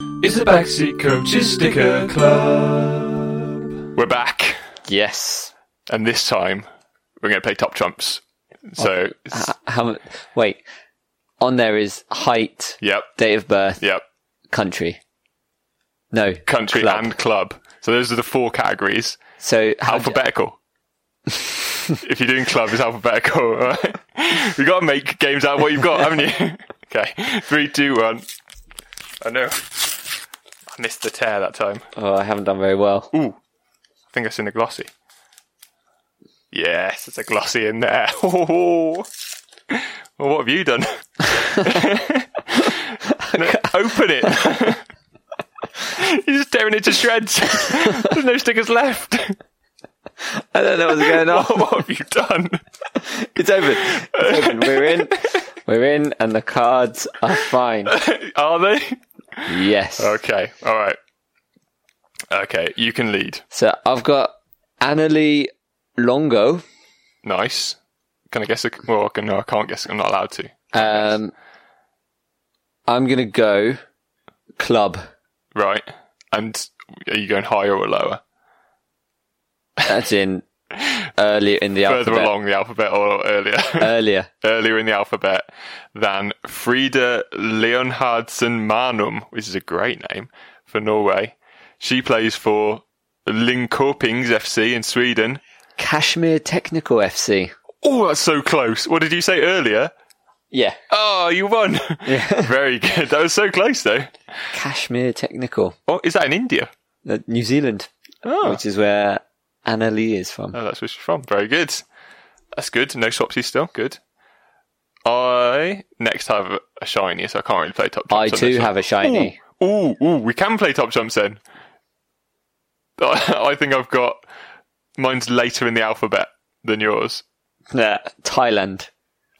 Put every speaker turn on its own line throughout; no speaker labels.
It's the Backseat Coaches Sticker Club. We're back,
Yes.
and this time we're going to play Top Trumps. So, it's-
Uh, How? mu- Wait. On there is height,
yep,
date of birth,
yep.
country. No.
Country
club.
and club. So those are the four categories.
so how do-
Alphabetical. if you're doing club, it's alphabetical. Right? you got to make games out of what you've got, haven't you? okay, three, two, one. I know. I missed the tear that time.
oh, I haven't done very well.
Ooh, I think that's in a glossy. Yes, it's a glossy in there. well, what have you done? No, open it. You're just tearing it to shreds. There's no stickers left.
I don't know what's going on.
what have you done?
it's open. It's open. We're in. We're in, and the cards are fine.
Are they?
Yes.
Okay, all right. Okay, you can lead.
So I've got Annalie Longo.
Nice. Can I guess? A, well, I can- no, I can't guess. I'm not allowed to.
Um, I'm gonna go club.
Right. And are you going higher or lower?
That's in earlier in the
further
alphabet.
along the alphabet Uh, or earlier
Earlier.
earlier in the alphabet than Frida Leonhardsson Manum, which is a great name for Norway. She plays for Linköpings FC in Sweden.
Kashmir Technical FC.
Oh, that's so close. What did you say earlier?
Yeah.
Oh, you won. Very good. That was so close though.
Kashmir Technical.
Oh, is that in India?
Uh, New Zealand,
Oh.
which is where Anna Lee is from.
Oh, that's where she's from. Very good. That's good. No swapsies still. Good. I next have a shiny, so I can't really play top.
I
trumps on this
too
one.
have a shiny.
Ooh, ooh, we can play Top Jumps then. I think I've got mine's later in the alphabet than yours.
Nah, Uh, Thailand.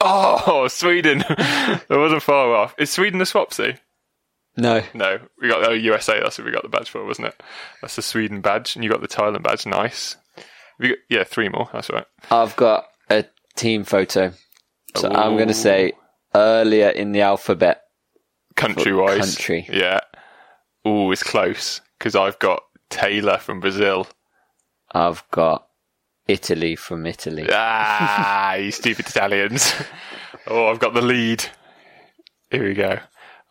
Oh, Sweden. that wasn't far off. Is Sweden a swapsy?
No.
No, we got oh, the USA. That's what we got the badge for, wasn't it? That's the Sweden badge, and you got the Thailand badge. Nice. We got, yeah, three more. That's right.
I've got a team photo. So I'm going to say earlier in the alphabet.
Country wise,
country.
Yeah. Ooh, it's close because I've got Taylor from Brazil.
I've got Italy from Italy.
Ah, you stupid Italians. Oh, I've got the lead. Here we go.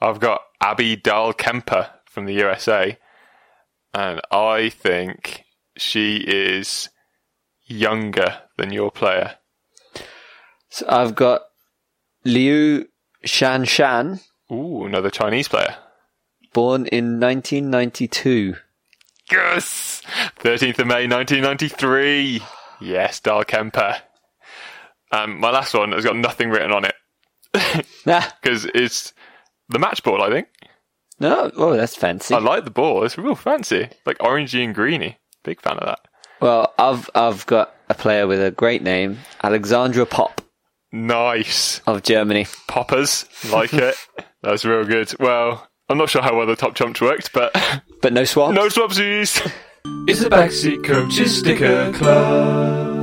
I've got Abby Dahl Kemper from the USA. And I think she is younger than your player.
So I've got Liu Shan Shan,
Ooh, another Chinese player.
born in 1992.
Yes! 13th of May 1993. Yes, Dahl Kemper. Um, my last one has got nothing written on it
Nah,
because it's the match ball, I think.
no, oh, that's fancy.
I like the ball. It's real fancy, like orangey and greeny. Big fan of that.
Well, I've I've got a player with a great name, Alexandra Pop
Nice
of Germany.
poppers, like it. That's real good. Well, I'm not sure how well the top jumps worked, but
But no swap.
no swapsies.
It's the Backseat Coaches Sticker Club.